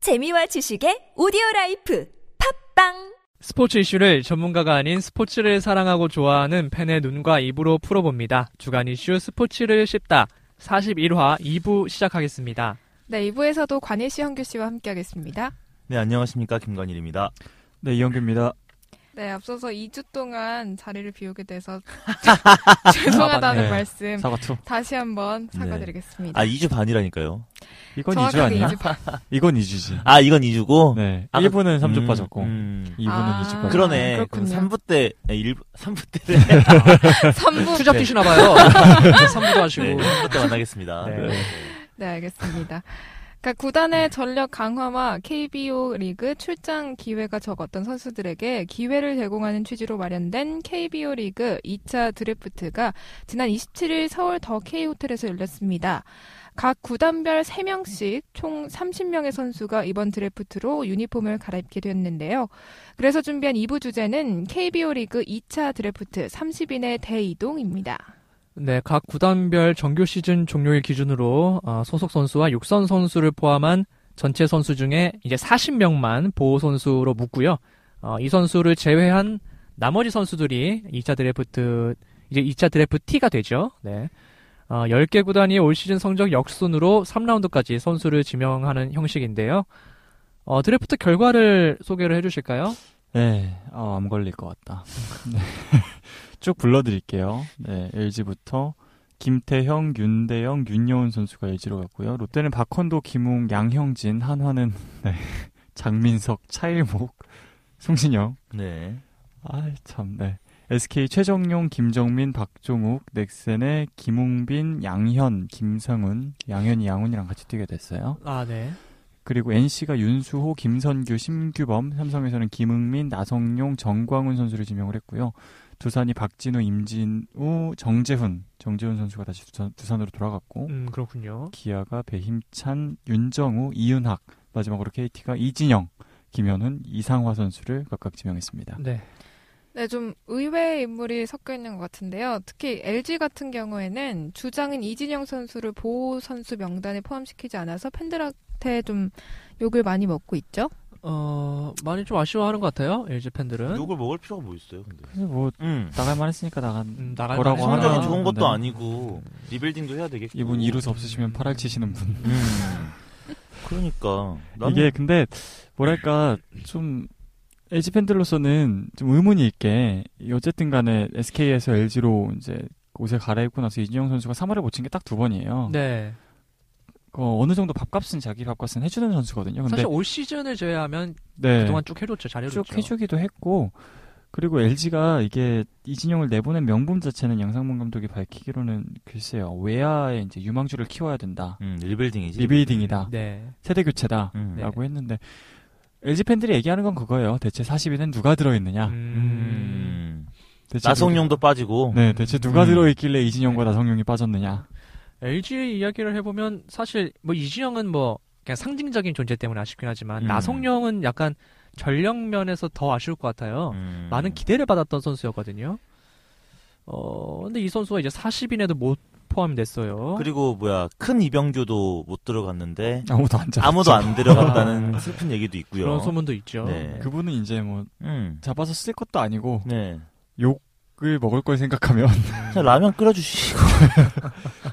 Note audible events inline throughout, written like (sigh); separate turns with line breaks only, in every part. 재미와 지식의 오디오 라이프 팝빵
스포츠 이슈를 전문가가 아닌 스포츠를 사랑하고 좋아하는 팬의 눈과 입으로 풀어봅니다. 주간 이슈 스포츠를 씹다 41화 2부 시작하겠습니다.
네, 2부에서도 관일 씨, 현규 씨와 함께하겠습니다.
네, 안녕하십니까. 김관일입니다.
네, 이영규입니다.
네, 앞서서 2주 동안 자리를 비우게
(laughs)
돼서
아,
죄송하다는
맞네.
말씀
사과 투. 네.
다시 한번 사과드리겠습니다.
아, 2주 반이라니까요.
이건
정확하게
2주 아니야?
이주 반.
이건 2주지.
아, 이건 2주고?
네.
아까-
1부는 3주
음,
빠졌고,
음.
2부는
아,
2주 빠졌고.
아,
그러네.
그렇군요.
3부 때, 1, 3부
네,
때,
3부.
투잡
네.
뛰시나봐요. 3부도 하시고.
(laughs) 네, 3부 때 만나겠습니다.
네.
네.
네, 알겠습니다. 그러니까 구단의 전력 강화와 KBO 리그 출장 기회가 적었던 선수들에게 기회를 제공하는 취지로 마련된 KBO 리그 2차 드래프트가 지난 27일 서울 더 K 호텔에서 열렸습니다. 각 구단별 3명씩 총 30명의 선수가 이번 드래프트로 유니폼을 갈아입게 됐는데요. 그래서 준비한 2부 주제는 KBO 리그 2차 드래프트 30인의 대이동입니다.
네, 각 구단별 정규 시즌 종료일 기준으로 어, 소속 선수와 육선 선수를 포함한 전체 선수 중에 이제 40명만 보호 선수로 묶고요. 어, 이 선수를 제외한 나머지 선수들이 2차 드래프트 이제 2차 드래프티가 되죠. 네. 어, 10개 구단이 올 시즌 성적 역순으로 3라운드까지 선수를 지명하는 형식인데요. 어, 드래프트 결과를 소개를 해 주실까요?
네, 아, 암 걸릴 것 같다. 네. (laughs) 쭉 불러드릴게요. 네, LG부터 김태형, 윤대영, 윤여운 선수가 LG로 갔고요. 롯데는 박헌도, 김웅, 양형진, 한화는 네, (laughs) 장민석, 차일목, 송신영.
네.
아, 참, 네. SK 최정용, 김정민, 박종욱, 넥센의 김웅빈, 양현, 김상훈, 양현이 양훈이랑 같이 뛰게 됐어요.
아, 네.
그리고 NC가 윤수호, 김선규, 심규범, 삼성에서는 김흥민, 나성용, 정광훈 선수를 지명을 했고요. 두산이 박진우, 임진우, 정재훈, 정재훈 선수가 다시 두산, 두산으로 돌아갔고
음, 그렇군요.
기아가 배힘찬, 윤정우, 이윤학, 마지막으로 KT가 이진영, 김현훈, 이상화 선수를 각각 지명했습니다.
네.
네, 좀 의외의 인물이 섞여 있는 것 같은데요. 특히 LG 같은 경우에는 주장인 이진영 선수를 보호 선수 명단에 포함시키지 않아서 팬들한테 좀 욕을 많이 먹고 있죠.
어, 많이 좀 아쉬워하는 것 같아요. LG 팬들은.
욕을 먹을 필요가 뭐 있어요, 근데.
그래서 뭐
음.
나갈만 했으니까 나간
음, 나갈
뭐라고
만해서.
성적이
아,
좋은 것도
네.
아니고, 리빌딩도 해야 되겠고.
이분 이루수 없으시면 팔알 치시는 분.
음. 그러니까. 나는-
이게 근데 뭐랄까 좀 LG 팬들로서는 좀 의문이 있게 어쨌든 간에 SK에서 LG로 이제 옷을 갈아입고 나서 이준영 선수가 3할을 못 친 게 딱 두 번이에요.
네.
어, 어느 정도 밥값은 자기 밥값은 해주는 선수거든요. 근데
사실 올 시즌을 제외하면
네.
그동안 쭉 해줬죠. 잘해줬죠.
쭉 해주기도 했고 그리고 LG가 이게 이진영을 내보낸 명분 자체는 양상문 감독이 밝히기로는 글쎄요 외야에 이제 유망주를 키워야 된다
음, 리빌딩이지.
리빌딩이다
네.
세대 교체다
음.
네.
라고 했는데 LG 팬들이 얘기하는 건 그거예요 대체 40인은 누가 들어있느냐
음.
음.
대체
나성용도 빠지고.
누가- 네, 대체 누가
음.
들어있길래
네.
이진영과 나성용이 빠졌느냐?
LG 이야기를 해보면 사실 뭐 이진영은 뭐 그냥 상징적인 존재 때문에 아쉽긴 하지만
음.
나성령은 약간 전력 면에서 더 아쉬울 것 같아요.
음.
많은 기대를 받았던 선수였거든요. 어, 근데 이 선수가 이제 40인에도 못 포함됐어요.
그리고, 뭐야, 큰 이병규도 못 들어갔는데,
아무도 안 잡.
아무도 안 들어갔다는 (laughs)
아.
슬픈 얘기도 있고요.
그런 소문도 있죠.
네.
그분은 이제 뭐
음.
잡아서 쓸 것도 아니고
네.
욕을 먹을 걸 생각하면 (laughs)
자, 라면 끓여주시고.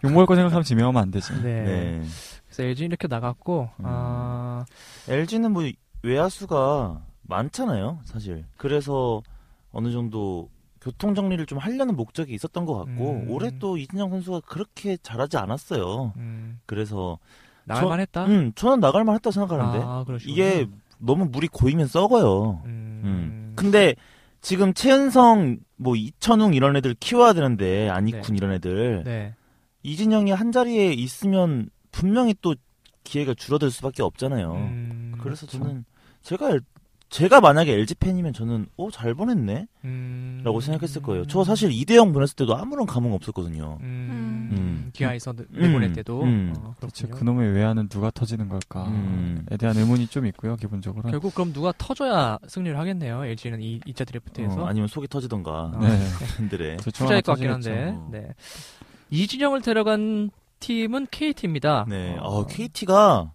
욕 먹을 걸 생각하면 지명하면 안 되지.
네.
네.
그래서 LG 이렇게 나갔고 아,
LG는 뭐 외야수가 많잖아요, 사실. 그래서 어느 정도 교통 정리를 좀 하려는 목적이 있었던 것 같고
음.
올해 또 이진영 선수가 그렇게 잘하지 않았어요.
음,
그래서
나갈만했다.
음 저는 나갈 만했다 고 생각하는데
아, 그러시군요.
이게 너무 물이 고이면 썩어요.
음.
음. 근데 지금 최은성, 뭐 이천웅 이런 애들 키워야 되는데 안익훈 이런 애들
네.
이진영이 한 자리에 있으면 분명히 또 기회가 줄어들 수밖에 없잖아요.
음,
그래서
그렇죠.
저는 제가 제가 만약에 LG 팬이면 저는 어 잘 보냈네라고
음,
생각했을 거예요. 저 사실 2대0 보냈을 때도 아무런 감흥 없었거든요.
음,
음.
기아에서
음,
내보낼 때도
음.
어,
대체
그렇군요.
그놈의 외야는 누가 터지는 걸까에
음.
대한 의문이 좀 있고요, 기본적으로.
결국 그럼 누가 터져야 승리를 하겠네요. LG는 이 2차 드래프트에서
어, 아니면 속이 터지던가
아,
네.
(laughs) 팬들의
저 중앙
투자일 것 같긴
터지겠죠.
한데.
어.
네. 이진영을 데려간 팀은 KT입니다.
아, 네, 어, KT가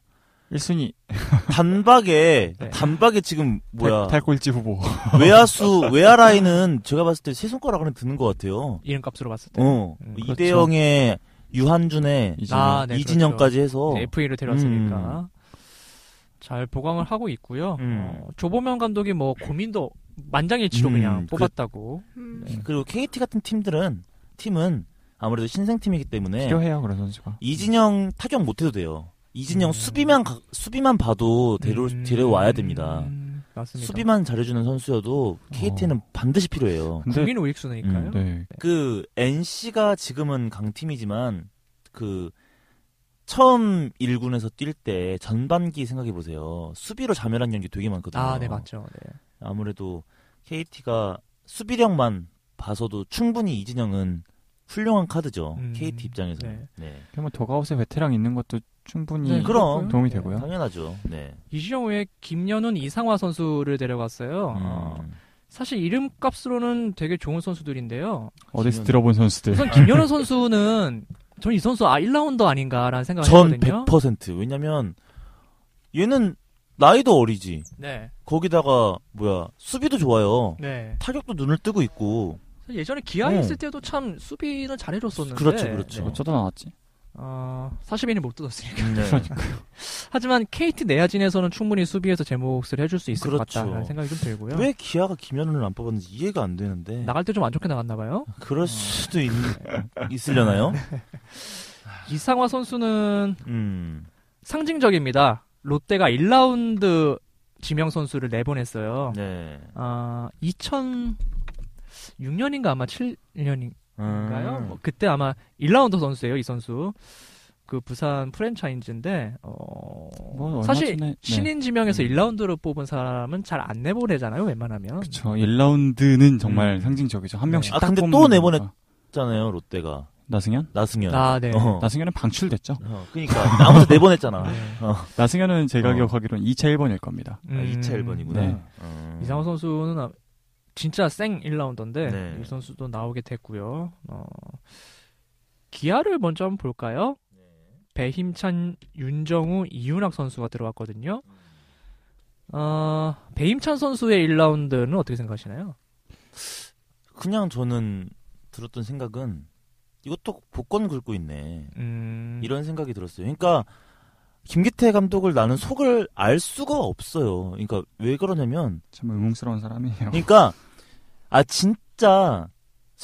1순위
네. 단박에
네.
단박에 지금 뭐야
탈골지 후보.
아,
외야수 외야 라인은 제가 봤을 때 세 손가락 안에 드는 것 같아요.
이름값으로 봤을 때.
어
음,
그렇죠.
이대영의 유한준의
이제
아, 네,
이진영까지 해서
FA를 데려왔으니까 잘 보강을 하고 있고요.
음.
어, 조보명 감독이 뭐 고민도 만장일치로
음,
그냥
그-
뽑았다고.
음.
그리고 KT 같은 팀들은 팀은 아무래도 신생팀이기
네.
때문에
필요해요 그런 선수가.
이진영 타격 못해도 돼요. 이진영
음.
수비만 가- 수비만 봐도 데려
음,
데려와야 됩니다.
음, 맞습니다. 어.
수비만 잘해주는 선수여도 KT는 반드시 필요해요.
근데
국민 우익수니까요.
음,
네.
그 NC가 지금은 강팀이지만 그 처음 1군에서 뛸 때 전반기 생각해 보세요. 수비로 자멸한 경기 되게 많거든요.
아, 네 맞죠. 네.
무래도 KT가 수비력만 봐서도 충분히 이진영은 훌륭한 카드죠.
음,
어, KT 입장에서. 는 네.
그러면 도가웃에 베테랑 있는 것도 충분히
네,
그럼.
도움이
네,
되고요.
당연하죠. 네.
이시영 후에 김연훈 이상화 선수를 데려갔어요. 어,
음.
사실 이름값으로는 되게 좋은 선수들인데요.
어디서
김연우.
들어본
네.
선수들.
우선 김연훈 선수는 전 이 선수 아 1라운더 아닌가라는 생각을
전
했거든요.
100%. 왜냐면 얘는 나이도 어리지.
네,
거기다가 뭐야 수비도 좋아요.
네.
타격도 눈을
(laughs)
뜨고 있고.
사실 예전에 기아
음.
있을 때도 참 수비는 잘해줬었는데.
그렇죠, 그렇죠.
네.
어쩌다 나왔지.
어, 40인이 못 뜯었으니까. (laughs)
그러니까.
하지만 KT 내야진에서는 충분히 수비에서 제 몫을 해줄 수 있을 것
그렇죠.
같다는 생각이 좀 들고요.
왜 기아가 김현우를 안 뽑았는지 이해가 안 되는데.
나갈 때 좀 안 좋게 나갔나 봐요.
그럴 수도 있, 어. (laughs) 네. 있으려나요?
이상화 선수는
음.
상징적입니다. 롯데가 1라운드 지명 선수를 내보냈어요.
네.
아, 2006년인가 아마 7년인가요? 뭐
음.
그때 아마 1라운드 선수예요, 이 선수. 그 부산 프랜차이즈인데 어,
뭐 얼마
사실
전에- 네.
신인 지명에서
음.
1라운드로 뽑은 사람은 잘 안 내보내잖아요, 웬만하면.
그렇죠. 1라운드는 정말
음.
상징적이죠. 한 명씩
아,
딱
근데
뽑는
또
거니까.
내보냈- 있잖아요 롯데가
나승현?
나승현.
아, 네.
어.
나승현은 방출됐죠.
어, 그러니까 나머지 내보냈잖아.
나승현은 제가
어.
기억하기로는 2차 1번일 겁니다.
아,
음.
2차 1번이구나. 어.
네.
음.
이상호 선수는 아- 진짜 생 1라운더인데
네.
이 선수도 나오게 됐고요. 어, 기아를 먼저 한번 볼까요?
네.
배힘찬, 윤정우, 이윤학 선수가 들어왔거든요.
음.
어, 배힘찬 선수의 1라운드는 어떻게 생각하시나요?
그냥 저는 들었던 생각은 이것도 복권 긁고 있네.
음,
이런 생각이 들었어요. 그러니까 김기태 감독을 나는 속을 알 수가 없어요. 그러니까 왜 그러냐면
참 의문스러운
어.
사람이에요.
그러니까 아 진짜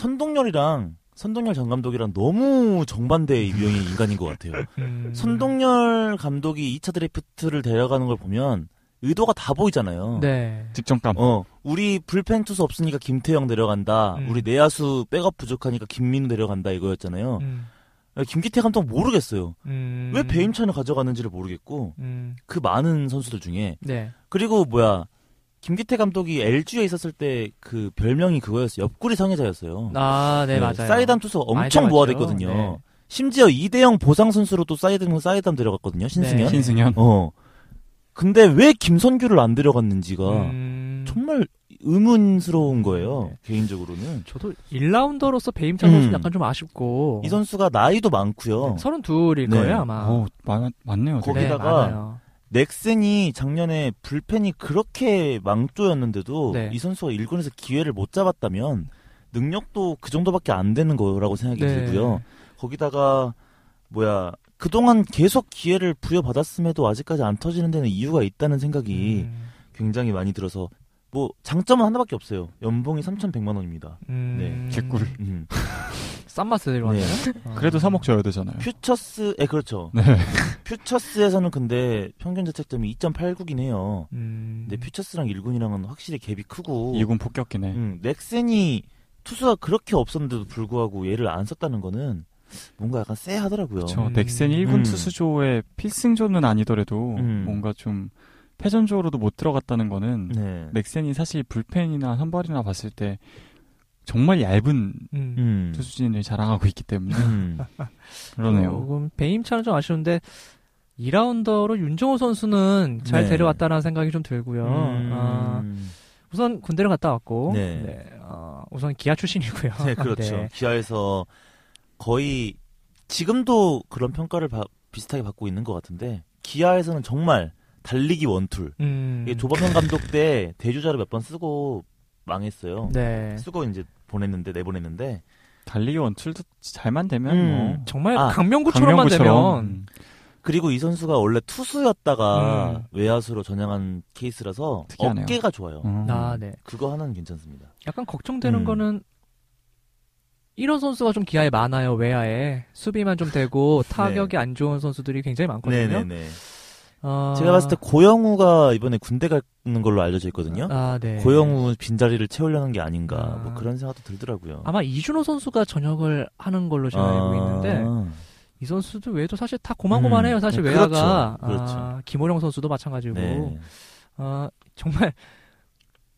선동열이랑 선동열 전 감독이랑 너무 정반대의
(laughs)
유형의 인간인 것 같아요.
음,
선동열 감독이 2차 드래프트를 데려가는 걸 보면 의도가 다 보이잖아요.
네.
직전감.
어, 우리 불펜 투수 없으니까 김태형 데려간다.
음.
우리 내야수 백업 부족하니까 김민우 데려간다 이거였잖아요.
음,
김기태 감독 모르겠어요.
음,
어. 왜 배임찬을 가져가는지를 모르겠고
음,
그 많은 선수들 중에
네.
그리고 뭐야 김기태 감독이 LG에 있었을 때 그 별명이 그거였어요. 옆구리 성애자였어요.
아, 네, 맞아요.
사이담 투수
많이
엄청 모아댔거든요.
네.
심지어 이대형 보상 선수로 또 사이담 사이담 데려갔거든요. 신승현.
네.
신승현.
어. 근데 왜 김선규를 안 데려갔는지가
음,
정말 의문스러운 거예요.
네.
개인적으로는
저도 1라운더로서 배임찬 선수는
음.
약간 좀 아쉽고
이 선수가 나이도 많고요.
32일
네.
거예요 아마.
오, 많, 많네요. 되게.
거기다- 거기다가
많아요.
넥센이 작년에 불펜이 그렇게 망조였는데도
네.
이 선수가 1군에서 기회를 못 잡았다면 능력도 그 정도밖에 안 되는 거라고 생각이
네.
들고요. 거기다가 뭐야 그동안 계속 기회를 부여받았음에도 아직까지 안 터지는 데는 이유가 있다는 생각이
음,
굉장히 많이 들어서 뭐 장점은 하나밖에 없어요. 연봉이 3,100만 원입니다.
음,
개꿀.
음.
싼 맛에
네.
들어왔네요.
(laughs)
그래도 3억 줘야 되잖아요.
퓨처스 예 그렇죠.
네.
퓨처스에서는 근데 평균 자책점이 2.89긴 해요.
음,
근데 퓨처스랑 1군이랑은 확실히 갭이 크고
이군 폭격기네.
음, 넥센이 투수가 그렇게 없었는데도 불구하고 얘를 안 썼다는 거는 뭔가 약간 쎄하더라고요.
그렇죠.
음.
넥센 1군
음.
투수조의 필승조는 아니더라도
음.
뭔가 좀 패전조로도 못 들어갔다는 거는
네.
넥센이 사실 불펜이나 선발이나 봤을 때 정말 얇은
음.
음.
투수진을 자랑하고 있기 때문에 (laughs)
음. 어.
그러네요.
조금 배임차는 좀 아쉬운데 2라운더로 윤정호 선수는 잘
네.
데려왔다라는 생각이 좀 들고요. 아,
음.
우선 군대를 갔다 왔고,
네.
아, 우선 기아 출신이고요.
네,
(laughs)
그렇죠.
네.
기아에서 거의 지금도 그런 평가를 바- 비슷하게 받고 있는 것 같은데 기아에서는 정말 달리기 원툴.
음.
이게 조범현 감독 때 대주자로 몇 번 쓰고 망했어요.
네.
쓰고 이제 보냈는데 내보냈는데
달리기 원툴도 잘만 되면
음,
뭐
정말
아,
강명구처럼만 되면
음,
그리고 이 선수가 원래 투수였다가
음.
외야수로 전향한 케이스라서
특이하네요.
어깨가 좋아요.
음.
아, 네.
그거 하나는 괜찮습니다.
약간 걱정되는
음.
거는 이런 선수가 좀 기아에 많아요. 외야에 수비만 좀
(laughs)
되고 타격이 안 좋은 선수들이 굉장히 많거든요.
네. 네네네.
아,
제가 봤을 때 고영우가 이번에 군대 가는 걸로 알려져 있거든요.
아, 네.
고영우 빈자리를 채우려는 게 아닌가
아.
뭐 그런 생각도 들더라고요.
아마 이준호 선수가 전역을 하는 걸로 제가
아.
알고 있는데 이 선수도 외에도 사실 다 고만고만해요.
음,
사실
네,
외야가
그렇죠, 그렇죠.
아, 김호령 선수도 마찬가지고
네.
아, 정말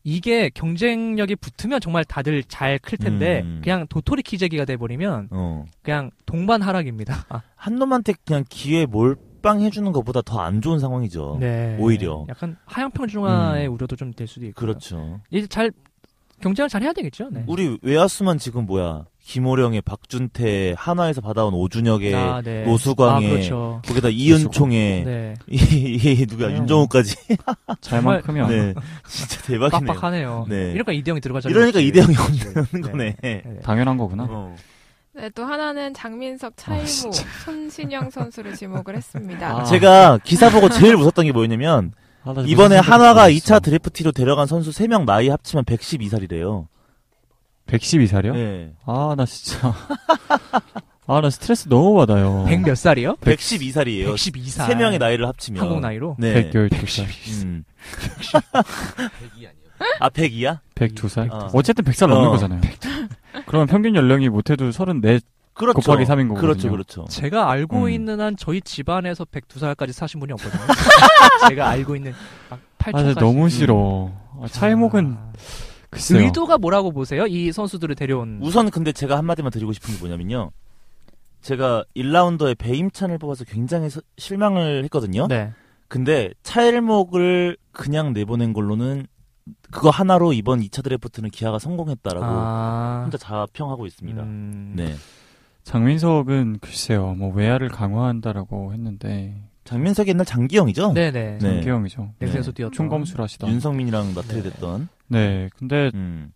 이게 경쟁력이 붙으면 정말 다들 잘 클 텐데
음.
그냥 도토리 키재기가 돼버리면
어.
그냥 동반 하락입니다. 아,
한 놈한테 그냥 기회 몰빵 해주는 것보다 더 안 좋은 상황이죠.
네.
어, 오히려. 음.
약간 하향평준화의 우려도 좀 될 수도 있고.
그렇죠. 음.
이제 잘 경쟁을 잘 해야 되겠죠. 네.
우리 외야수만 지금 뭐야? 김호령의 박준태, 하나에서 받아온 오준혁의
아, 네.
노수광의
아, 그렇죠.
거기다 이은총의
네.
이, 이 누가
네.
윤정우까지.
잘만 크면
네. 진짜 대박이네요.
빡빡하네요.
네.
이러니까 이대형이 들어가자.
이러니까
그랬지.
이대형이 없는
네.
거네.
네.
당연한 거구나.
어.
네, 또 하나는 장민석, 차이모,
아, 진짜.
손신영 선수를 지목을 했습니다.
(laughs) 아.
제가 기사 보고 제일 무섭던 게 뭐였냐면
아, 나
이번에
무슨
한화가
생각이
2차
들었어.
드래프티로 데려간 선수 3명 나이 합치면 112살이래요.
112살이요?
네.
아, 나 진짜. (laughs) 아, 나 스트레스 너무 받아요.
100 몇 살이요?
112살이에요.
112살.
예, 3명의 나이를 합치면.
한국 나이로.
네.
112살.
음. 아, 102야?
102살?
어.
어쨌든 100살 넘는
어.
거잖아요. (laughs) 그러면 평균 연령이 못해도 34
그렇죠.
곱하기 3인 거거든요.
그렇죠, 그렇죠.
제가 알고
음.
있는 한 저희 집안에서 102살까지 사신 분이
(laughs)
없거든요. 제가 알고 있는 막
아,
8천까지. 음.
진짜 너무 싫어.
음.
아, 차이목은, 글쎄요.
의도가 뭐라고 보세요? 이 선수들을 데려온.
우선 근데 제가 한마디만 드리고 싶은 게 뭐냐면요. 제가 1라운더에 배임찬을 뽑아서 굉장히 서- 실망을 했거든요.
네.
근데 차일목을 그냥 내보낸 걸로는 그거 하나로 이번 2차 드래프트는 기아가 성공했다라고
아.
혼자 자평하고 있습니다.
음.
네.
장민석은 글쎄요, 뭐, 외야를 강화한다라고 했는데,
장민석이 옛날
어.
장기영이죠?
네네.
네.
장기영이죠.
냉세에서 뛰었던.
총검술 하시다.
윤성민이랑
네.
나트됐던.
네, 근데,
음.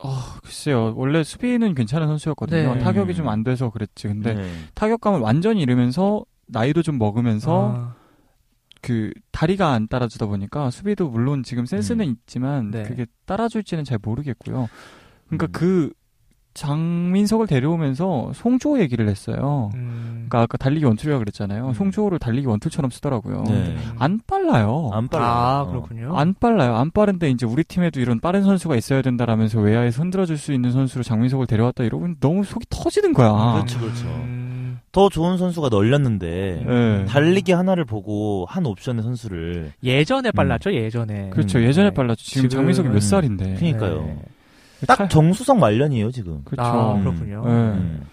아, 글쎄요, 원래 수비는 괜찮은 선수였거든요.
네.
타격이
음.
좀 안 돼서 그랬지. 근데,
네.
타격감을 완전히 잃으면서, 나이도 좀 먹으면서,
아.
그, 다리가 안 따라주다 보니까, 수비도 물론 지금 센스는
음.
있지만,
네.
그게 따라줄지는 잘 모르겠고요. 그러니까
음.
그, 장민석을 데려오면서, 송조 얘기를 했어요.
음.
그러니까 아까 달리기 원툴이라고 그랬잖아요.
음.
송조호를 달리기 원툴처럼 쓰더라고요.
네.
어, 안 빨라요.
안 어. 빨라.
아, 그렇군요.
안 빨라요. 안 빠른데 이제 우리 팀에도 이런 빠른 선수가 있어야 된다라면서 외야에 흔들어줄 수 있는 선수로 장민석을 데려왔다 이러면 너무 속이 터지는
아,
거야.
그렇죠, 그렇죠.
음.
더 좋은 선수가 널렸는데
네.
예.
달리기 하나를 보고 한 옵션의 선수를
예전에
음.
빨랐죠, 예전에.
그렇죠.
음,
예전에
네.
빨랐죠. 지금
지금은-
장민석이 몇 살인데.
그러니까요.
네.
차-
딱 정수성 말년이에요 지금.
그렇죠.
아,
음.
그렇군요.
네.
음.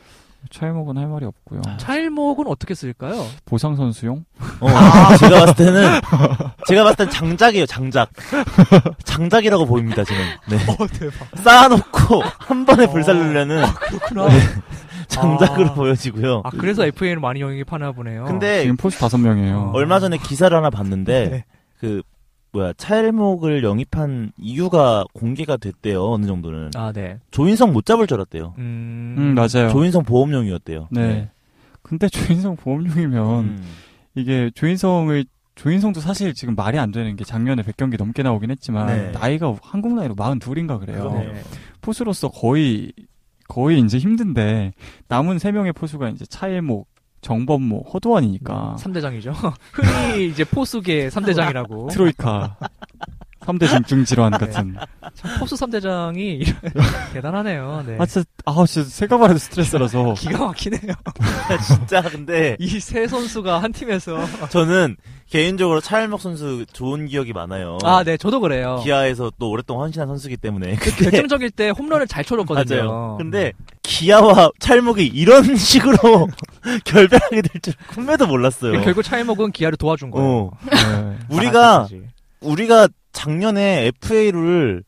차이목은 할 말이 없고요.
차일목은 어떻게 쓸까요?
보상 선수용?
어,
아.
제가 봤을 때는 제가 봤을 땐 장작이에요 장작. 장작이라고 보입니다 지금. 네.
어, 대박.
쌓아놓고 한 번에
어.
불살르려는
그렇구나.
네.
장작으로
아.
보여지고요.
아, 그래서 FA를 많이 영입하나 보네요.
근데
지금 포수 다섯 명이에요.
어.
얼마 전에 기사를 하나 봤는데
네.
그 뭐야 차일목을 영입한 이유가 공개가 됐대요 어느 정도는
아, 네.
조인성 못 잡을 줄 알았대요.
음.
음 맞아요.
조인성 보험용이었대요.
네. 근데 조인성 보험용이면
음. (laughs)
이게 조인성을 조인성도 사실 지금 말이 안 되는 게 작년에 100경기 넘게 나오긴 했지만
네.
나이가 한국 나이로 42인가 그래요.
그러네요.
포수로서 거의 거의 이제 힘든데 남은 세 명의 포수가 이제 차일목, 정범모,
음.
허도환이니까
3대장이죠. (laughs) 흔히 이제 포수계
(laughs)
3대장이라고.
트로이카 3대 중증
네.
질환 같은.
참, 포수 3대장이 (laughs) 대단하네요. 네.
아 진짜 아 진짜 생각만
(laughs)
해도 스트레스라서
기가 막히네요.
진짜 근데
(laughs) 이 세 선수가 한 팀에서.
어.
저는 개인적으로 차일목 선수 좋은 기억이 많아요.
아, 네, 저도 그래요.
기아에서 또 오랫동안 헌신한 선수기 때문에
그 결정적일 때 홈런을 잘 쳐줬거든요.
네.
음.
(laughs) 맞아요. 근데 기아와 차일목이 이런 (laughs) 식으로 결별하게 될 줄 꿈에도 몰랐어요.
그리고 결국 차일목은 기아를 도와준 거예요. 아,
어.
네.
우리가
잘할 때까지.
우리가 작년에 FA를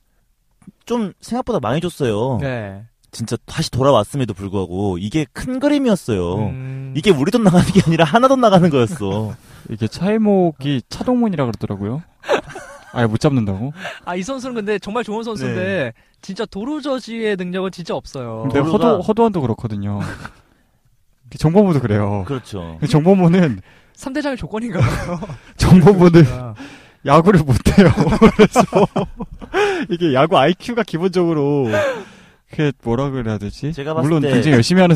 좀 생각보다 많이 줬어요.
네.
진짜 다시 돌아왔음에도 불구하고 이게 큰 그림이었어요.
음, (laughs)
이게 우리 돈 나가는 게 아니라 하나 돈 나가는 거였어.
이게 차이목이 차동문이라 그러더라고요. 아예 못 잡는다고?
아, 이 선수는 근데 정말 좋은
네.
선수인데 진짜 도루 저지의 능력은 진짜 없어요.
근데
도루가-
허도, 허도환도 그렇거든요. 정보모도 그래요.
그렇죠.
근데 정보모는
3대장의 조건인가?
정보모는
(laughs)
아,
야구를 못해요. (laughs) 그래서 이게 야구 IQ가 기본적으로 그게 뭐라 그래야 되지?
제가 봤을
물론
때-
굉장히 열심히 하는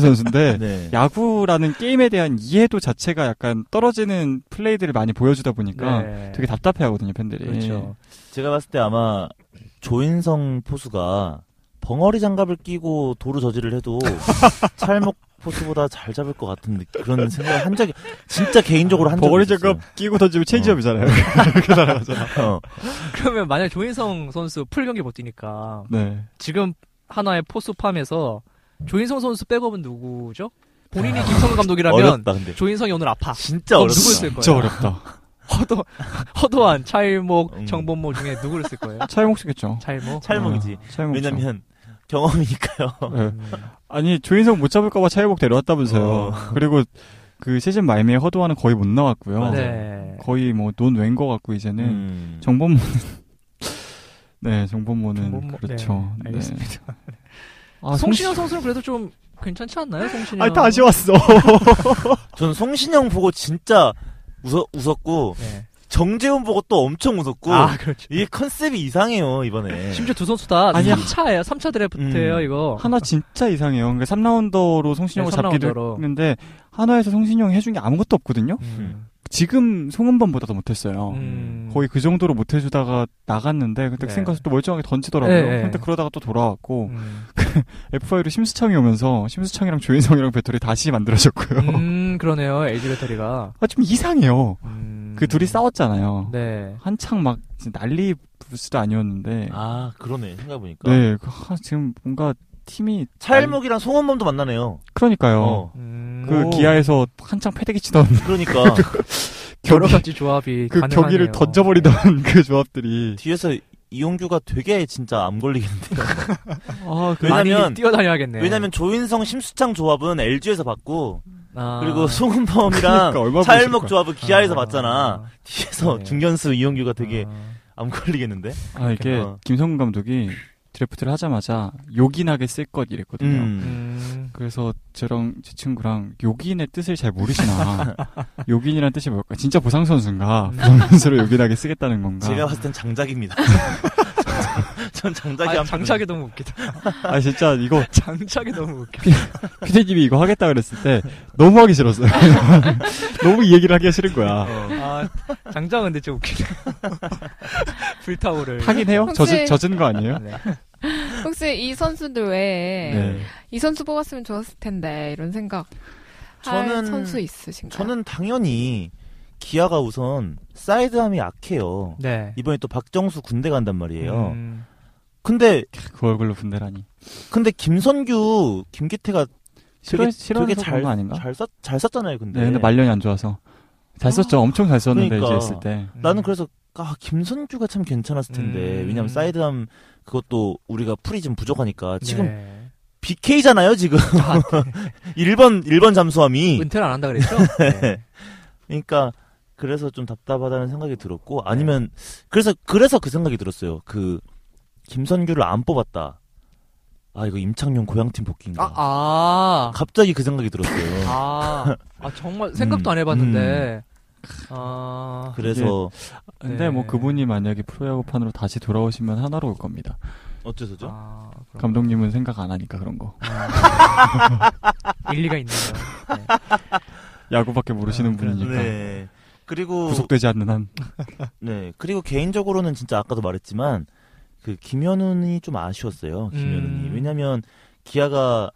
(laughs)
선수인데
네.
야구라는 게임에 대한 이해도 자체가 약간 떨어지는 플레이들을 많이 보여주다 보니까
그러니까
네.
되게 답답해하거든요 팬들이.
예.
그렇죠.
제가 봤을 때 아마 조인성 포수가 벙어리 장갑을 끼고 도루 저지를
(laughs)
해도 찰목 포수보다 잘 잡을 것 같은 느- 그런 생각을 한 적이 진짜 개인적으로 한 적이
버거리
있었어요.
제거 끼고 던지면 체인지업이잖아요. 이렇게 날아가잖아.
(laughs) 어.
그러면 만약 조인성 선수 풀 경기 못 뛰니까
네.
지금 하나의 포수 팜에서 조인성 선수 백업은 누구죠? 본인이 김성근 감독이라면
아, 어렵다 근데
조인성이 오늘 아파.
진짜
그럼
어렵다.
누굴 쓸
진짜
거예요?
(laughs)
어렵다.
허도 허도한 차일목
음.
정범모 중에 누구를 쓸 거예요?
차이목 쓰겠죠.
차일목.
찰목이지. 음.
아, 차이목.
왜냐면 어. 경험이니까요.
네. 아니 조인성 못 잡을까봐 차이복 데려왔다면서요.
어.
그리고 그 세진 마이미의 허도와는 거의 못 나왔고요.
네.
거의 뭐논 웬거 같고 이제는
음.
네. 정범모는 (laughs) 네 정범모는
정범모-
그렇죠.
네, 알겠습니다.
아,
송신영 선수는 그래도 좀 괜찮지 않나요, 송신영?
아니 다시
(laughs)
왔어.
저는 송신영 보고 진짜 웃어, 웃었고
네.
정재훈 보고 또 엄청 웃었고
아 그렇죠.
이게 컨셉이 이상해요 이번에.
심지어 두 선수 다
아니야.
3차예요. 3차 드래프트예요,
음.
이거.
하나 진짜 이상해요. 그러니까 3라운더로 송신영을
네,
잡기도
3라운더로.
했는데 한화에서 송신영이 해준 게 아무것도 없거든요.
음.
지금 송은범보다 더 못했어요.
음.
거의 그 정도로 못해주다가 나갔는데 그때
네.
생 가서 또 멀쩡하게 던지더라고요.
네, 네.
근데 그러다가 또 돌아왔고
음.
FI로 심수창이 오면서 심수창이랑 조인성이랑 배터리 다시 만들어졌고요.
음, 그러네요. LG 배터리가.
(laughs) 아, 좀 이상해요.
음.
그 둘이 싸웠잖아요.
네.
한창 막 진짜 난리 부스도 아니었는데.
아 그러네 생각해보니까.
네, 그, 하, 지금 뭔가 팀이
찰목이랑 송원범도 만나네요.
그러니까요.
어.
음.
그
오.
기아에서 한창 패대기 (laughs) 치던
(laughs) 그러니까
여러
경기,
가지 조합이
그
가능하네요.
경기를 던져버리던 (laughs) 그 조합들이.
뒤에서 이용규가 되게 진짜 암 걸리겠는데요.
아, 그
왜냐면-
많이 뛰어다녀야겠네.
왜냐면 조인성 심수창 조합은 LG에서 봤고
아.
그리고 송은범이랑
그러니까 얼마
차일목
보실 거야.
조합은 그러니까 기아에서
아.
봤잖아. 뒤에서
네.
중견수 이용규가 되게
아.
암 걸리겠는데.
아, 이게
어.
김성근 감독이 드래프트를 하자마자 요긴하게 쓸 것 이랬거든요.
음.
음.
그래서 저랑 제 친구랑 요긴의 뜻을 잘 모르시나. (laughs) 요긴이란 뜻이 뭘까? 진짜 보상 선수인가? 보상 선수를 요긴하게 쓰겠다는 건가?
제가 봤을 땐 장작입니다. (laughs) 전 장작이
아,
암.
장착이 너무 웃기다. (laughs)
아 진짜 이거
장착이 너무 웃겨.
(laughs) 피디님이 이거 하겠다 그랬을 때 너무 하기 싫었어요. (laughs) 너무 이 얘기를 하기가 싫은 거야.
어.
아, 장장 근데 좀 웃기다. (laughs) 불타오를.
하긴 해요. 젖은
혹시-
젖은 거 아니에요?
네.
혹시 이 선수들 외에
네.
이 선수 뽑았으면 좋았을 텐데 이런 생각 할
저는-
선수 있으신가요?
저는 당연히 기아가 우선 사이드함이 약해요.
네.
이번에 또 박정수 군대 간단 말이에요.
음.
근데
그 얼굴로 분대라니.
근데 김선규 김기태가
싫어
되게
싫어서
되게
잘
잘,
거 아닌가?
잘, 썼, 잘 썼잖아요. 근데,
네, 근데 말년이 안 좋아서 잘 썼죠. 엄청 잘 썼는데
그러니까.
이제 했을 때.
나는 그래서 아, 김선규가 참 괜찮았을 텐데
음.
왜냐면 사이드함 그것도 우리가 풀이 좀 부족하니까 지금
네.
BK잖아요 지금
(laughs) 네.
(laughs) 1번 1번 잠수함이
은퇴를 안 한다
(laughs)
그랬죠? 네.
그러니까 그래서 좀 답답하다는 생각이 들었고
네.
아니면 그래서 그래서 그 생각이 들었어요 그 김선규를 안 뽑았다 아 이거 임창용 고향팀 복귀인가
아, 아.
갑자기 그 생각이 들었어요
아, 아 정말 생각도
음.
안 해봤는데. 아,
그래서
근데
네.
뭐 그분이 만약에 프로야구판으로 다시 돌아오시면 하나로 올 겁니다.
어째서죠
아, 그럼-
감독님은 생각 안 하니까 그런 거.
아, (laughs) 일리가 있네요. 네.
야구밖에 모르시는
아,
분이니까
네 그리고
그러니까. 구속되지 않는 한.
네 그리고 개인적으로는 진짜 아까도 말했지만 그 김현훈이 좀 아쉬웠어요 김현훈이
음.
왜냐면 기아가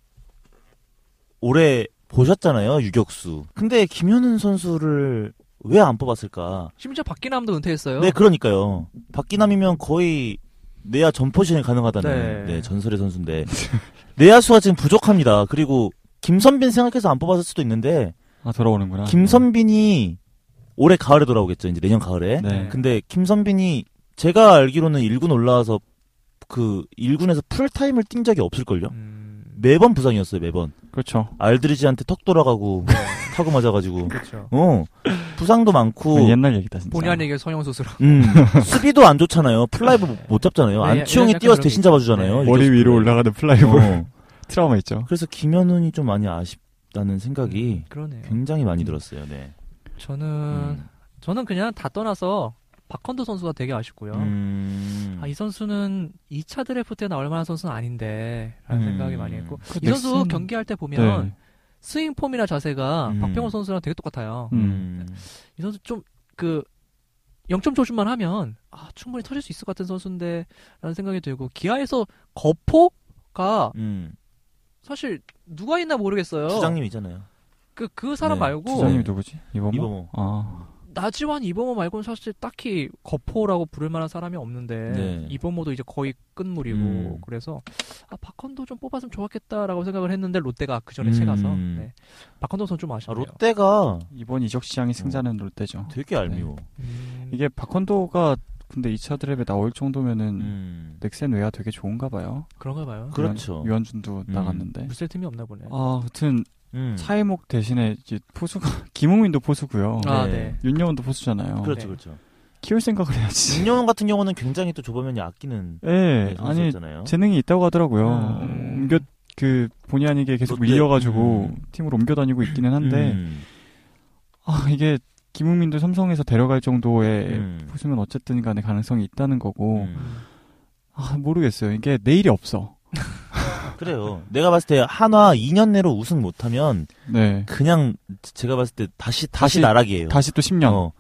올해 보셨잖아요 유격수 근데 김현훈 선수를 왜 안 뽑았을까
심지어 박기남도 은퇴했어요.
네, 그러니까요. 박기남이면 거의 내야 전포신이 가능하다는
네.
네, 전설의 선수인데 (laughs) 내야수가 지금 부족합니다. 그리고 김선빈 생각해서 안 뽑았을 수도 있는데
아 돌아오는구나.
김선빈이 올해 가을에 돌아오겠죠. 이제 내년 가을에.
네.
그, 근데 김선빈이 제가 알기로는 1군 올라와서 그 1군에서 풀타임을 뛴 적이 없을걸요.
음,
매번 부상이었어요, 매번.
그렇죠.
알드리지한테 턱 돌아가고 타고 맞아가지고
네, 그렇죠.
어 부상도
아,
많고
뭐 옛날 얘기다 진짜.
본의 아니게 성형 수술.
음 수비도 안 좋잖아요 플라이브 못- 못 잡잖아요
네,
안치홍이
약간
뛰어서
그런
대신
게 있죠.
잡아주잖아요
네.
이겼을
머리
때.
위로 올라가는 플라이볼
어.
(laughs) 트라우마 있죠.
그래서 김현훈이 좀 많이 아쉽다는 생각이
그러네요.
굉장히 많이 들었어요 네
저는
음.
저는 그냥 다 떠나서 박헌도 선수가 되게 아쉽고요.
음.
아, 이 선수는 2차 드래프트에 나올 만한 선수는 아닌데 라는
음. 네.
생각이 많이 했고 이
넥슨-
선수 경기할 때 보면
네.
스윙 폼이나 자세가
음.
박병호 선수랑 되게 똑같아요.
음.
이 선수 좀 그 0점 조준만 하면 아, 충분히 터질 수 있을 것 같은 선수인데 라는 생각이 들고 기아에서 거포가
음.
사실 누가 있나 모르겠어요.
부장님이잖아요
그, 그 사람
네,
말고
주장님이 누구지?
뭐?
이범호.
이범호. 어.
아,
나지완 이범호 말고는 사실 딱히 거포라고 부를 만한 사람이 없는데
네.
이범호도 이제 거의 끝물이고
음.
그래서 아 박헌도 좀 뽑았으면 좋았겠다라고 생각을 했는데 롯데가 그 전에
음.
채가서 네. 박헌도 선수 좀
아,
아쉽네요.
롯데가
이번 이적
음.
시장의 승자는 롯데죠.
되게 알미워
음,
이게 박헌도가 근데 2차 드랩에 나올 정도면은
음.
넥센 외야 되게 좋은가 봐요.
그런가 봐요.
그렇죠
유한, 준도
음.
나갔는데.
무셀 팀이 없나 보네.
아, 아무튼
음.
차이목 대신에 이제 포수가 (laughs) 김웅민도 포수고요.
아,
네.
네.
윤여원도 포수잖아요.
그렇죠
네.
그렇죠
키울 생각을 해야지.
김영훈 같은 경우는 굉장히 또 조보면이 아끼는
(laughs) 예, 아니
음, 네, 선수였잖아요
재능이 있다고 하더라고요.
음.
옮겨 그 본의 아니게 계속
롯데.
밀려가지고
음.
팀으로 옮겨 다니고 있기는 한데
음.
아 이게 김웅민도 삼성에서 데려갈 정도의
음.
포수면 어쨌든 간에 가능성이 있다는 거고
음.
아 모르겠어요. 이게 내일이 없어.
그래요. 내가 봤을 때 한화 2년 내로 우승 못하면
네.
그냥 제가 봤을 때 다시 다시,
다시-
나락이에요.
다시 또 10년.
어,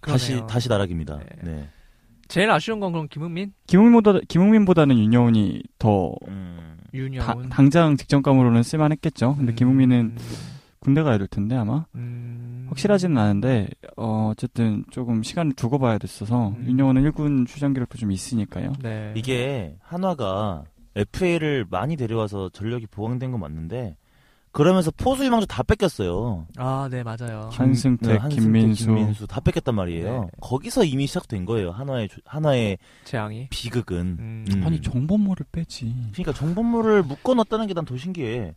다시
그러네요.
다시 나락입니다.
네.
네.
제일 아쉬운 건 그럼 김흥민,
김웅민보다 김웅민보다는 윤여운이 더
음,
다-
윤여운.
당장 직전감으로는 쓸만했겠죠. 근데
음,
김웅민은 군대 가야 될 텐데 아마
음,
확실하지는 않은데 어, 어쨌든 조금 시간을 두고 봐야 됐어서
음.
윤여운은 1군 출장 기록도 좀 있으니까요.
네.
이게 한화가 FA를 많이 데려와서 전력이 보강된 건 맞는데 그러면서 포수 유망주 다 뺏겼어요.
아, 네 맞아요.
김- 한승택, 김민수.
다 뺏겼단 말이에요.
네.
거기서 이미 시작된 거예요. 한화의 조- 한화의
재앙이.
비극은.
음.
음.
아니 정범모를 빼지.
그러니까 정보물을 묶어 놨다는 게 난 더 신기해.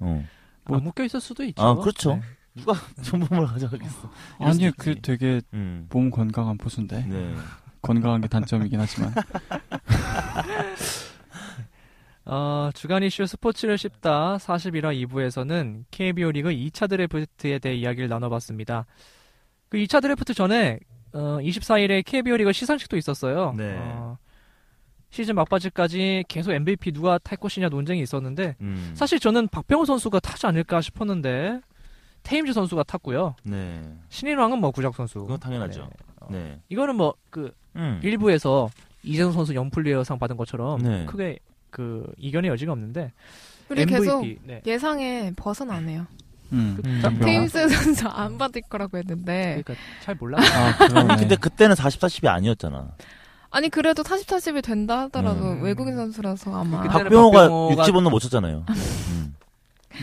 어.
뭐 묶여 있을 수도 있죠.
아, 그렇죠.
네.
누가 정보물을 가져가겠어. 이럴 수도
아니
있지.
그 되게
음.
몸 건강한 포수인데
네.
건강한 게 단점이긴 하지만
어, 주간 이슈 스포츠를 씹다 41화 2부에서는 KBO 리그 2차 드래프트에 대해 이야기를 나눠봤습니다. 그 2차 드래프트 전에 어, 24일에 KBO 리그 시상식도 있었어요.
네.
어, 시즌 막바지까지 계속 MVP 누가 탈 것이냐 논쟁이 있었는데
음.
사실 저는 박병호 선수가 타지 않을까 싶었는데 테임즈 선수가 탔고요.
네.
신인왕은 뭐 구작 선수.
그건 당연하죠.
네.
네.
이거는 뭐그
음.
일부에서 이재성 선수 영플레이어상 받은 것처럼
네.
크게 그 이견의 여지가 없는데
우리
MVP
계속
네. 그
예상에 벗어나네요.
음.
음.
짝병아.
테임스 선수 안 받을 거라고 했는데
그러니까 잘 몰라.
아,
아니
그러네.
근데 그때는 40, 40이 아니었잖아.
아니 그래도 40, 40이 된다 하더라도
음.
외국인 선수라서 아마
그때는
박병호가
박병호가-
60홈런
(laughs)
못 쳤잖아요. 음.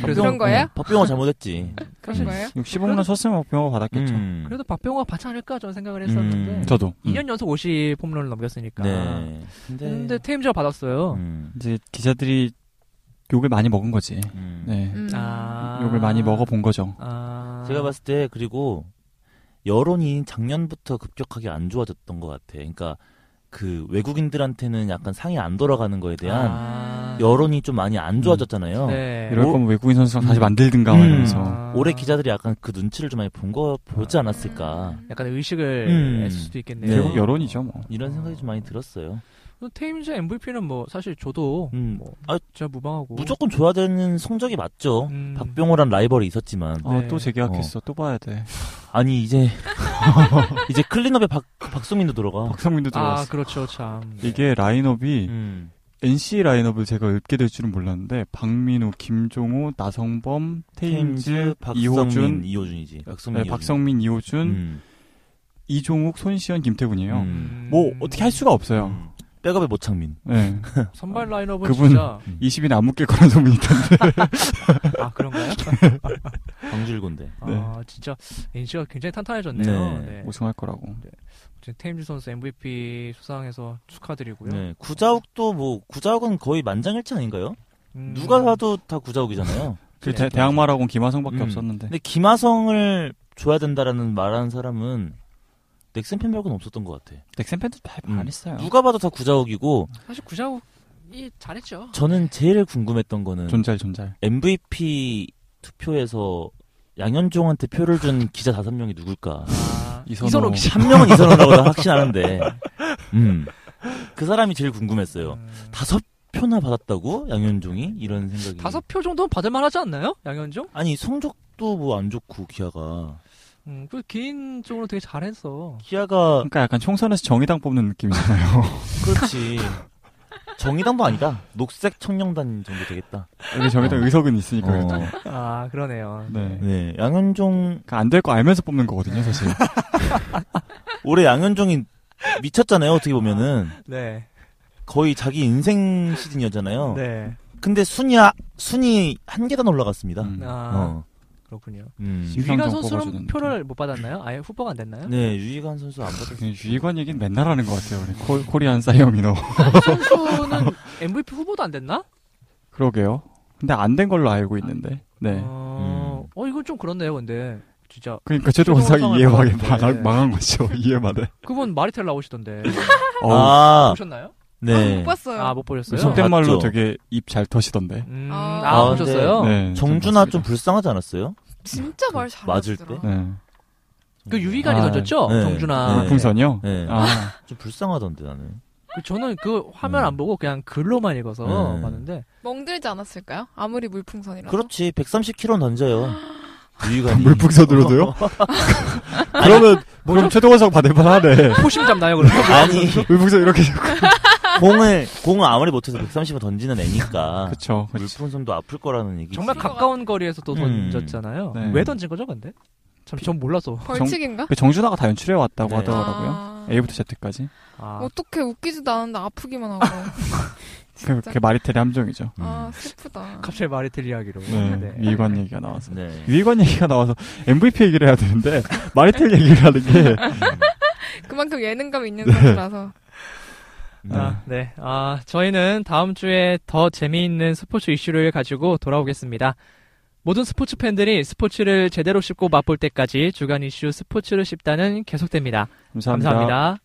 그래서
그런 거예요?
박병호 잘못했지.
그런 거예요?
60홈런 쳤으면 병호가 받았겠죠.
음.
음. 그래도 박병호가 받지 않을까 저는 생각을 했었는데
음.
저도.
2년 연속 50 홈런을 넘겼으니까.
네. 근데,
근데 테임즈가 받았어요.
음.
이제 기자들이 욕을 많이 먹은 거지.
음.
네.
음.
아.
욕을 많이 먹어본 거죠.
아.
제가 봤을 때 그리고 여론이 작년부터 급격하게 안 좋아졌던 것 같아. 그러니까 그 외국인들한테는 약간 상이 안 돌아가는 거에 대한
아.
여론이 좀 많이 안 좋아졌잖아요.
네.
이럴 거면 외국인 선수랑 다시
음.
만들든가
음.
하면서.
아.
올해 기자들이 약간 그 눈치를 좀 많이 본 거 보지 않았을까
아,
약간 의식을
음.
했을 수도 있겠네요.
결국
네.
여론이죠, 뭐.
이런 생각이 좀 많이 들었어요.
테임즈 MVP는 뭐 사실 저도
음,
뭐
아,
진짜 무방하고
무조건 줘야 되는 성적이 맞죠.
음.
박병호란 라이벌이 있었지만
아,
네.
또 재계약했어. 또 봐야 돼.
아니 이제 (laughs) 이제 클린업에 박 박성민도 들어가.
(laughs) 박성민도
아
들어왔어.
그렇죠 참.
이게 라인업이
음.
NC 라인업을 제가 읊게 될 줄은 몰랐는데 박민우, 김종호, 나성범, 테임즈,
박성민,
이호준,
이호준이지. 박성민,
네, 박성민, 이호준,
음.
이종욱, 손시현, 김태군이에요.
음.
뭐 어떻게 할 수가 없어요.
음. 백업의 모창민.
네. (laughs)
선발 라인업은
그분-
진짜
20인 안 묶일 거라는 소문이 있다.
아 그런가요?
광질곤데.
아 진짜 NC가 굉장히 탄탄해졌네요.
네.
네.
우승할 거라고.
지금 테임즈 선수 MVP 수상해서 축하드리고요.
네. 구자욱도 뭐 구자욱은 거의 만장일치 아닌가요?
음,
누가 봐도 다 구자욱이잖아요.
그
네.
대, 대학마라고 김하성밖에
음.
없었는데.
근데 김하성을 줘야 된다라는 말하는 사람은 넥센 팬 말고는 없었던 것 같아.
넥센 팬도 잘
음.
반했어요.
누가 봐도 다 구자욱이고
사실 구자욱이 잘했죠.
저는 제일 궁금했던 거는
존잘 존잘.
MVP 투표에서 양현종한테 표를 준 기자 다섯 명이 누굴까?
아,
이선호.
이선호 기자.
한 명은 이선호라고 나 확신하는데, 음, 그 사람이 제일 궁금했어요.
음,
다섯 표나 받았다고 양현종이 이런 생각이.
다섯 표 정도는 받을만하지 않나요, 양현종?
아니 성적도 뭐 안 좋고 기아가
음, 그 개인적으로 되게 잘했어.
기아가
그러니까 약간 총선에서 정의당 뽑는 느낌이잖아요. (laughs)
(laughs)
그렇지. 정의당도 아니다. 녹색 청년단 정도 되겠다.
여기 정의당 의석은 있으니까.
어.
그래도.
아, 그러네요.
네.
네, 양현종
그러니까 안 될 거 알면서 뽑는 거거든요, 사실.
올해 양현종이 미쳤잖아요. 어떻게 보면은
네.
거의 자기 인생 시즌이었잖아요.
네.
근데 순위야 순위 한 계단 올라갔습니다.
음.
아,
어.
그렇군요.
음.
유희관
유희관
선수
선수는
뽑아주는데.
표를 못 받았나요? 아예 후보가 안 됐나요?
네, 유희관 선수 안
그냥
받았어요.
유희관 얘기는 맨날 하는 것 같아요. 우리 코, 코리안 (laughs) 사이어미너.
선수는 (laughs) MVP 후보도 안 됐나?
그러게요. 근데 안 된 걸로 알고 있는데. 네.
어, 어, 이건 좀 그렇네요, 근데. 진짜.
그러니까 최종
최종
원상이
원상을
이해하게
받았는데.
네. (laughs)
망한 거죠. 이해만해.
그분 마리텔 나오시던데.
어,
아,
보셨나요?
네.
못 봤어요.
아, 못 보셨어요?
무섭다.
속된 말로
봤죠.
되게 입 잘 터시던데.
음,
아.
아,
아,
보셨어요?
네,
정준하
아.
좀
봤습니다.
불쌍하지 않았어요?
진짜 말
맞을
잘하시더라.
때?
네.
그 유희관이
아,
던졌죠?
네.
정준하.
네.
풍선이요?
네. (laughs)
아,
좀 불쌍하던데 나는.
그 저는 그 화면
음.
안 보고 그냥 글로만 읽어서
네.
봤는데.
멍들지 않았을까요? 아무리 물풍선이라도.
그렇지, 130kg 던져요. 유희관이.
물풍선
(laughs)
들어도요? (laughs) 그러면, 그럼 최동원상 받을만
(laughs)
하네.
포심 잡나요, 그러면?
아니
물풍선 이렇게 자꾸.
공을 공을 아무리 못해도 130을 던지는 애니까
그쵸, 그쵸.
물풍선도 아플 거라는 얘기지.
정말
가-
가까운 거리에서 또
음.
던졌잖아요.
네.
왜 던진 거죠, 근데? 참, 전 몰라서.
벌칙인가?
그 정준하가 다 연출해왔다고
네.
하더라고요.
아,
A부터 Z까지.
아,
어떻게 웃기지도 않은데 아프기만 하고.
그,
진짜.
그게 마리텔의 함정이죠.
음.
아 슬프다.
갑자기 마리텔 이야기로.
네. 유희관 얘기가 나와서.
네.
유희관 얘기가 나와서 (laughs) MVP 얘기를 해야 되는데, 마리텔 얘기를 하는 게.
그만큼 예능감 있는 선수라서.
음.
아, 네. 아, 저희는 다음 주에 더 재미있는 스포츠 이슈를 가지고 돌아오겠습니다. 모든 스포츠 팬들이 스포츠를 제대로 씹고 맛볼 때까지 주간 이슈 스포츠를 씹다는 계속됩니다
(laughs) 감사합니다.
감사합니다.